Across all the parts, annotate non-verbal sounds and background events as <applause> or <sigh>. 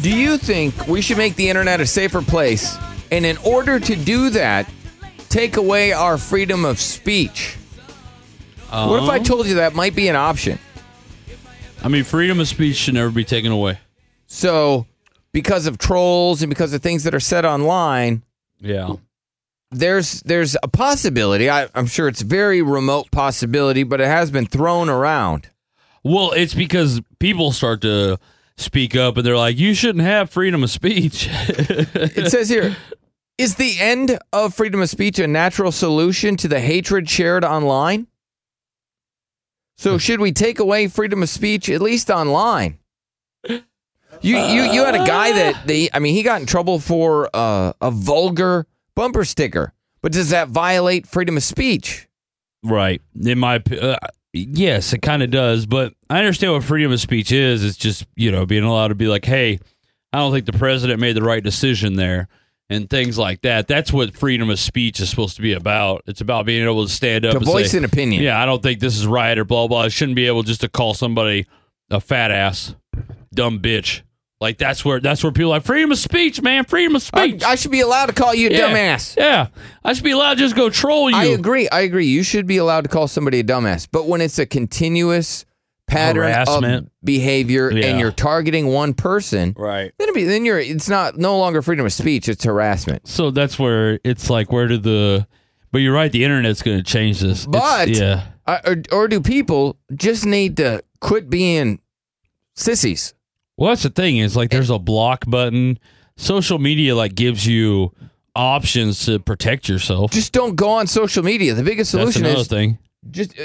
Do you think we should make the internet a safer place? And in order to do that, take away our freedom of speech? What Uh-huh. if I told you that might be an option? I mean, freedom of speech should never be taken away. So, because of trolls and because of things that are said online, Yeah. there's there's a possibility. I, I'm sure it's a very remote possibility, but it has been thrown around. Well, it's because people start to speak up and they're like, you shouldn't have freedom of speech. <laughs> It says here. Is the end of freedom of speech a natural solution to the hatred shared online? So Hmm. should we take away freedom of speech at least online? You you you had a guy <laughs> that the I mean he got in trouble for uh, a vulgar bumper sticker, but does that violate freedom of speech? right. In my, opi- uh, yes, it kind of does. But I understand what freedom of speech is. It's just, you know, being allowed to be like, hey, I don't think the president made the right decision there and things like that. That's what freedom of speech is supposed to be about. It's about being able to stand up To and voice say, an opinion. Yeah, I don't think this is right or blah blah. I shouldn't be able just to call somebody a fat ass, dumb bitch. Like that's where that's where people are like freedom of speech, man, freedom of I, speech. I should be allowed to call you a yeah. dumbass. Yeah, I should be allowed to just go troll you. I agree. I agree. You should be allowed to call somebody a dumbass. But when it's a continuous pattern Harassment. of behavior Yeah. and you're targeting one person, Right. then, it'd be, then you're it's not no longer freedom of speech. It's harassment. So that's where it's like, where did the? But you're right. The internet's going to change this. It's- But- yeah, I, or, or do people just need to quit being sissies? well, that's the thing is like, there's a block button. Social media like gives you options to protect yourself. Just don't go on social media. The biggest that's solution another is thing. just uh,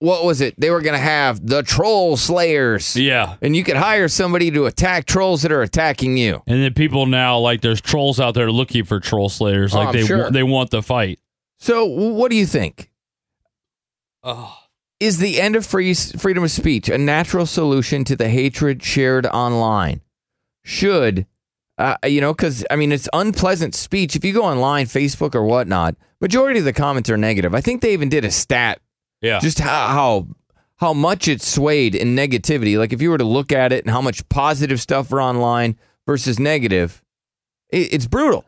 what was it? They were going to have the troll slayers. Yeah. And you could hire somebody to attack trolls that are attacking you. And then people now like there's trolls out there looking for troll slayers. Oh, Like I'm they sure. wa- they want the fight. So, what do you think? Oh. Is the end of free freedom of speech a natural solution to the hatred shared online? Should, uh, you know, because I mean, it's unpleasant speech. If you go online, Facebook or whatnot, majority of the comments are negative. I think they even did a stat Yeah. just how how, how much it swayed in negativity. Like if you were to look at it and how much positive stuff are online versus negative, it, it's brutal.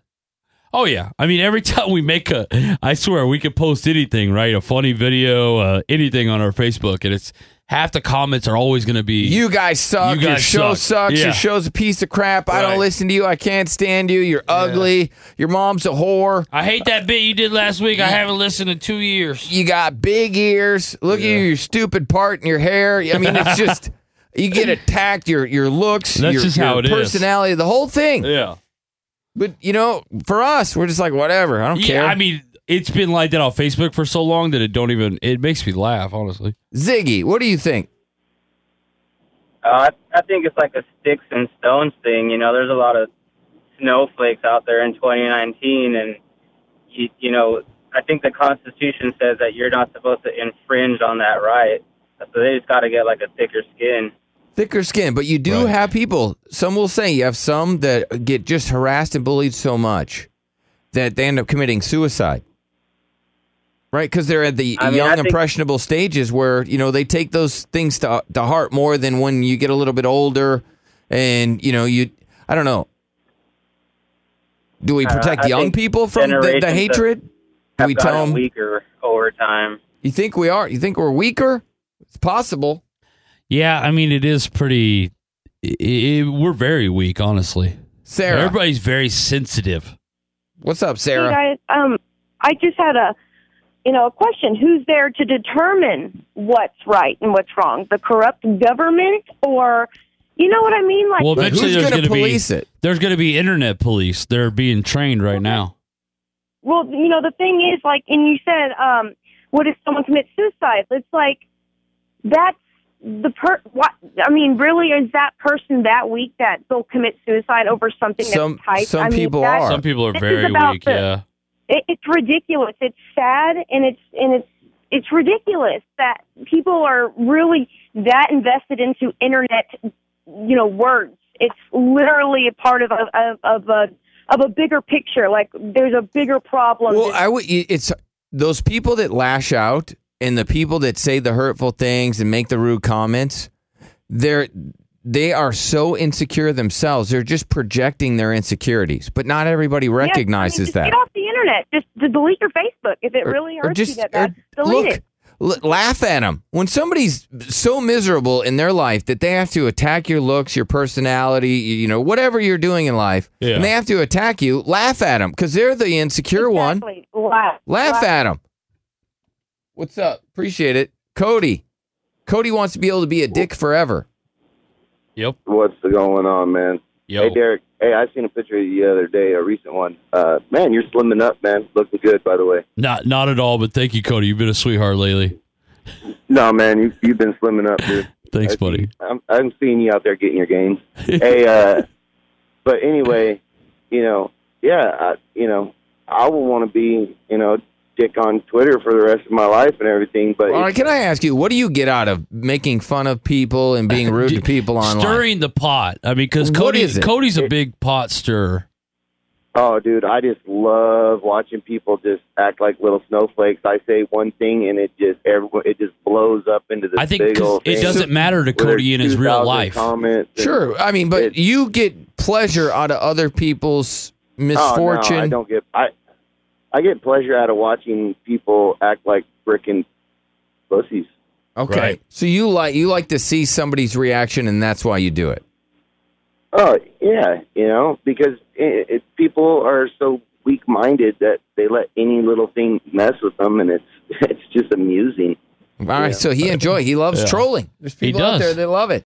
oh yeah. I mean every <laughs> time we make a I swear we could post anything, right? A funny video, uh, anything on our Facebook and it's half the comments are always going to be You guys suck. You Your guys show suck. sucks. Yeah. Your show's a piece of crap. I Right. don't listen to you. I can't stand you. You're ugly. Your mom's a whore. I hate that bit you did last week. I haven't listened in 2 years. You got big ears. Look at you, your stupid part in your hair. I mean, it's just <laughs> you get attacked. Your your looks, That's your, just your how it is. personality, the whole thing. Yeah. But you know, for us, we're just like whatever. I don't care. Yeah, I mean it's been like that on Facebook for so long that it don't even it makes me laugh, honestly. Ziggy, what do you think? Uh, I, I think it's like a sticks and stones thing. You know, there's a lot of snowflakes out there in 2019, and you, you know, I think the Constitution says that you're not supposed to infringe on that right. So they just got to get like a thicker skin. Thicker skin, but you do Right. have people. Some will say you have some that get just harassed and bullied so much that they end up committing suicide. Right, because they're at the I mean, young, I think- impressionable stages where you know they take those things to to heart more than when you get a little bit older, and you know you. I don't know. Do we I don't know. protect Uh, I young think people from the, generations the have- hatred? Do Have we gotten tell them? weaker over time. You think we are? You think we're weaker? It's possible. Yeah, I mean it is pretty i i we're very weak, honestly. Sarah, Everybody's very sensitive. what's up, Hey, Sarah? guys, um, I just had a, you know, a question. Who's there to determine what's right and what's wrong? The corrupt government, or you know what I mean? Like, Well, But eventually who's there's gonna going to be police it? there's going to be internet police. They're being trained right now. well, you know, the thing is, like, and you said, um, what if someone commits suicide? It's like that's the per. What I mean, really, is that person that weak that they'll commit suicide over something Some- that's type? some I mean, people that's- are. Some people are This is very about weak. the- yeah, it, it's ridiculous. It's sad, and it's and it's it's ridiculous that people are really that invested into internet, you know, words. It's literally a part of a of, of a of a bigger picture. Like there's a bigger problem. Well, than- I would. It's those people that lash out and the people that say the hurtful things and make the rude comments. They're they are so insecure themselves. They're just projecting their insecurities, but not everybody Yes, I mean, recognizes just that. Get off the internet. Just to delete your Facebook if it really hurts you that bad. or delete look, it. l- laugh at them. When somebody's so miserable in their life that they have to attack your looks, your personality, y- you know, whatever you're doing in life, Yeah. and they have to attack you, laugh at them because they're the insecure one. exactly. one. Laugh. Laugh at them. What's up? Appreciate it, Cody. Cody wants to be able to be a dick forever. Yep. What's going on, man? Yo. Hey, Derek. Hey, I seen a picture of you the other day, a recent one. Uh, man, you're slimming up, man. Looking good, by the way. Not not at all, but thank you, Cody. You've been a sweetheart lately. No, man, you you've been slimming up, dude. Thanks, I see- buddy. <laughs> I'm I'm seeing you out there getting your gains. hey, <laughs> uh, but anyway, you know, yeah, I, you know, I will want to be, you know, dick on Twitter for the rest of my life and everything. But All right, can I ask you, what do you get out of making fun of people and being rude to people <laughs> online? Stirring the pot. I mean, because What Cody, is it? Cody's a big pot stirrer. Oh, dude, I just love watching people just act like little snowflakes. I say one thing, and it just everyone it just blows up into this I think big 'cause old it thing doesn't matter to where there's Cody in his 2,000 real life. Comments and- Sure, I mean, but It's- you get pleasure out of other people's Oh, no, misfortune. I don't get. I I get pleasure out of watching people act like frickin' pussies. okay, Right. so you like you like to see somebody's reaction, and that's why you do it. Oh yeah, you know because it, it, people are so weak-minded that they let any little thing mess with them, and it's <laughs> it's just amusing. All right, so he enjoy he loves Yeah. trolling. There's people out does. there that love it.